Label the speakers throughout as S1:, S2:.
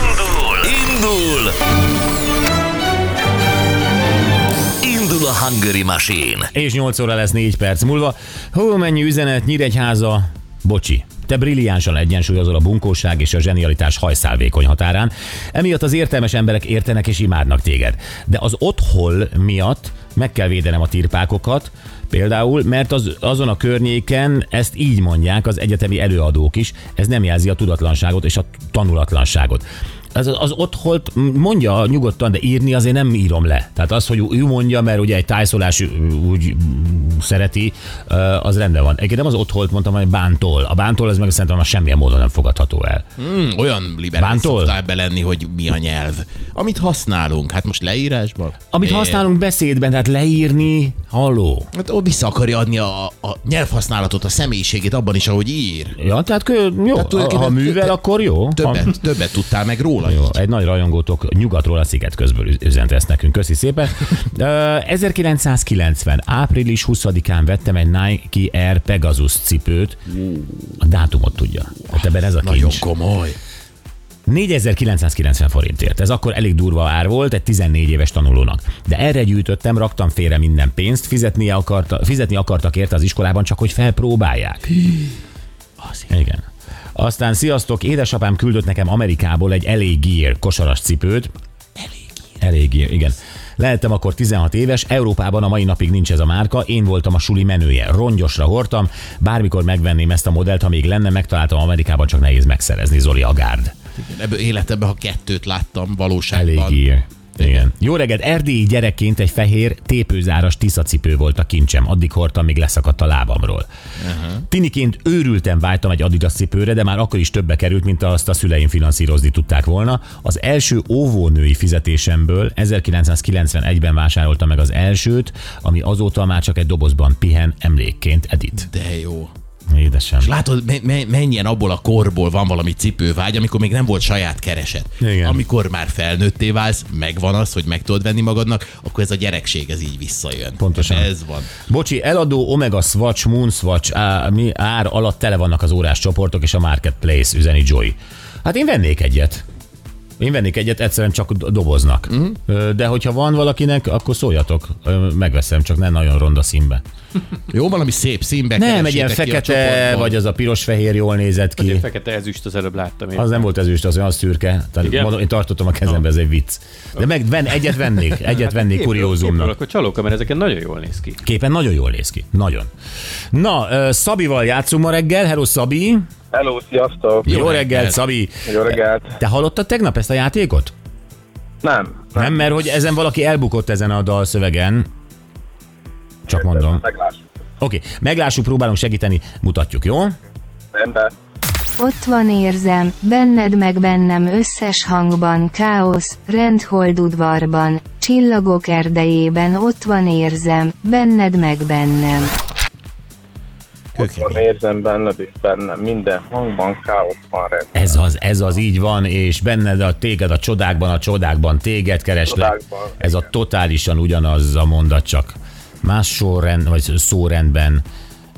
S1: Indul! Indul! Indul a Hungary Machine!
S2: És 8 óra lesz 4 perc múlva. Hú, mennyi üzenet, Nyíregyháza, bocsi. Te brilliánsan egyensúlyozol a bunkóság és a zsenialitás hajszálvékony határán. Emiatt az értelmes emberek értenek és imádnak téged. De az otthol miatt meg kell védenem a tirpákokat, például, mert az, azon a környéken ezt így mondják az egyetemi előadók is, ez nem jelzi a tudatlanságot és a tanulatlanságot. Az, az ottholt mondja nyugodtan, de írni azért nem írom le. Tehát az, hogy ő mondja, mert ugye egy tájszolás ú- úgy szereti, ö, az rendben van. Egyébként nem az ottholt mondtam, hanem bántól. A bántól ez meg szerintem a semmilyen módon nem fogadható el.
S3: Hmm, olyan liberális
S2: Bántol?
S3: szoktál belenni, hogy mi a nyelv. Amit használunk, hát most leírásban.
S2: Amit
S3: É,
S2: használunk beszédben, tehát leírni, halló.
S3: Hát ott vissza akarja adni a, a nyelvhasználatot, a személyiségét abban is, ahogy ír.
S2: Ja, tehát kö, jó.
S3: Tehát
S2: ha,
S3: tulajdonképpen
S2: ha művel,
S3: többet-
S2: akkor jó. Ha,
S3: Többet, többet tudtál meg róla.
S2: Jó, egy nagy rajongótok nyugatról a sziget közből üz- üzent ezt nekünk, köszi szépen. Ö, 1990. április 20-án vettem egy Nike Air Pegasus cipőt. A dátumot tudja. Hát ebben ez a
S3: Nagyon
S2: kincs.
S3: komoly.
S2: 4990 forintért. Ez akkor elég durva ár volt egy 14 éves tanulónak. De erre gyűjtöttem, raktam félre minden pénzt, fizetni, akarta, fizetni akartak érte az iskolában, csak hogy felpróbálják. Igen. Aztán sziasztok, édesapám küldött nekem Amerikából egy elég gear kosaras cipőt. Elég gear, igen. Lehettem akkor 16 éves, Európában a mai napig nincs ez a márka, én voltam a suli menője, rongyosra hordtam, bármikor megvenném ezt a modellt, ha még lenne, megtaláltam Amerikában, csak nehéz megszerezni, Zoli Agárd.
S3: Ebből életemben, ha kettőt láttam valóságban.
S2: Elég ír. Igen. Jó reggelt, erdélyi gyerekként egy fehér, tépőzáras tiszacipő volt a kincsem. Addig hordtam, még leszakadt a lábamról. Uh-huh. Tiniként őrülten vágytam egy Adidas cipőre, de már akkor is többe került, mint azt a szüleim finanszírozni tudták volna. Az első óvónői fizetésemből 1991-ben vásároltam meg az elsőt, ami azóta már csak egy dobozban pihen emlékként Edit.
S3: De jó.
S2: Édesem.
S3: Látod, me- me- mennyien abból a korból van valami cipővágy, amikor még nem volt saját kereset.
S2: Igen.
S3: Amikor már felnőtté válsz, megvan az, hogy meg tudod venni magadnak, akkor ez a gyerekség, ez így visszajön.
S2: Pontosan.
S3: Ez van.
S2: Bocsi, eladó Omega Swatch, Moon Swatch á, mi ár alatt tele vannak az órás csoportok és a Marketplace, üzeni Joy. Hát én vennék egyet. Én vennék egyet, egyszerűen csak do- doboznak. Ö, De hogyha van valakinek, akkor szóljatok, Ö, megveszem, csak ne nagyon ronda színbe.
S3: Jó, valami szép színbe
S2: Nem,
S3: keressétek
S2: egy ilyen
S3: ki a
S2: fekete,
S3: csoportban.
S2: vagy az a piros-fehér jól nézett ki.
S4: Én fekete ezüst az előbb láttam. Én.
S2: Az nem volt ezüst, az olyan szürke. Tehát
S4: Igen?
S2: mondom, én tartottam a kezembe, ez egy vicc. De meg ven, egyet vennék, egyet vennék
S4: Képről- képről,
S2: kuriózumnak.
S4: Akkor csalók, mert ezeken nagyon jól néz ki.
S2: Képen nagyon jól néz ki. Nagyon. Na, ö, Szabival játszunk ma reggel. Hello, Szabi!
S5: Hello, sziasztok!
S2: Jó, reggelt,
S3: reggelt.
S2: Szabi!
S5: Jó reggelt!
S2: Te hallottad tegnap ezt a játékot?
S5: Nem.
S2: Nem, mert hogy ezen valaki elbukott ezen a dalszövegen. Csak mondom.
S5: Meglássuk.
S2: Oké, meglássuk, próbálunk segíteni, mutatjuk, jó?
S5: Ember.
S6: Ott van érzem, benned meg bennem összes hangban káosz, rendhold udvarban, csillagok erdejében ott van érzem, benned meg bennem.
S5: Van érzem benned és bennem, minden hangban káosz van rend.
S2: Ez az, ez az, így van, és benned a téged a csodákban, a csodákban téged kereslek.
S5: Csodákban,
S2: Ez a totálisan ugyanaz a mondat csak. Más sorrend, vagy szórendben.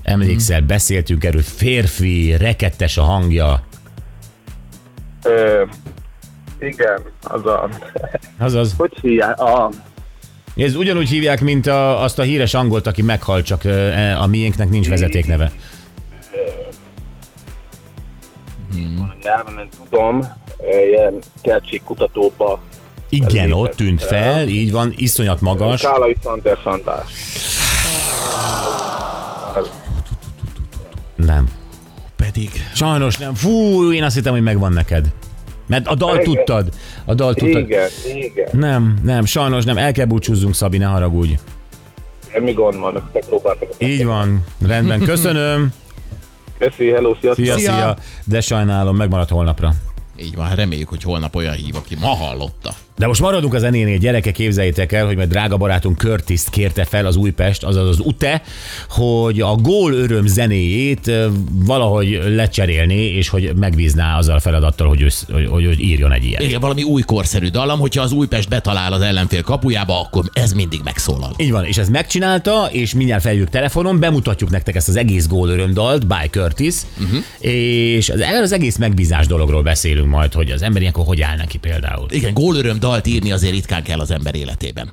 S2: Emlékszel,
S5: Hmm.
S2: beszéltünk erről, férfi, rekettes a hangja.
S5: Ö, igen, az a...
S2: Azaz.
S5: Hogy hívják? A...
S2: Ez ugyanúgy hívják, mint a, azt a híres angolt, aki meghalt, csak ö, e, a miénknek nincs vezetékneve.
S5: Nem, nem tudom. Ö, Ilyen kertség kutatóba.
S2: Igen,
S5: Ez
S2: ott tűnt fel, így van, iszonyat magas.
S5: Kálai Szander Sandás.
S2: Nem.
S3: Pedig.
S2: Sajnos nem. Fú, én azt hittem, hogy megvan neked. Mert a dal
S5: Igen.
S2: tudtad. A dal tudtad.
S5: Igen, igen.
S2: Nem, nem, sajnos nem. El kell búcsúzzunk, Szabi, ne haragudj.
S5: Semmi gond van, ezt megpróbáltam.
S2: Így van, rendben, köszönöm.
S5: Köszi, hello, sziasztok!
S2: Szia, szia.
S3: Szia.
S2: De sajnálom, megmarad holnapra.
S3: Így van, reméljük, hogy holnap olyan hív, aki ma hallotta.
S2: De most maradunk a zenénél, gyerekek, képzeljétek el, hogy majd drága barátunk Körtiszt kérte fel az Újpest, azaz az UTE, hogy a gól öröm zenéjét ö, valahogy lecserélni, és hogy megbízná azzal a feladattal, hogy, össz, hogy, hogy, hogy írjon egy ilyet.
S3: Igen, valami új korszerű dallam, hogyha az Újpest betalál az ellenfél kapujába, akkor ez mindig megszólal.
S2: Így van, és ezt megcsinálta, és mindjárt feljük telefonon, bemutatjuk nektek ezt az egész gól örömdalt, by Curtis, uh-huh. és az, erről az egész megbízás dologról beszélünk majd, hogy az ember ilyenkor hogy áll neki például.
S3: Igen, gólöröm dalt írni azért ritkán kell az ember életében.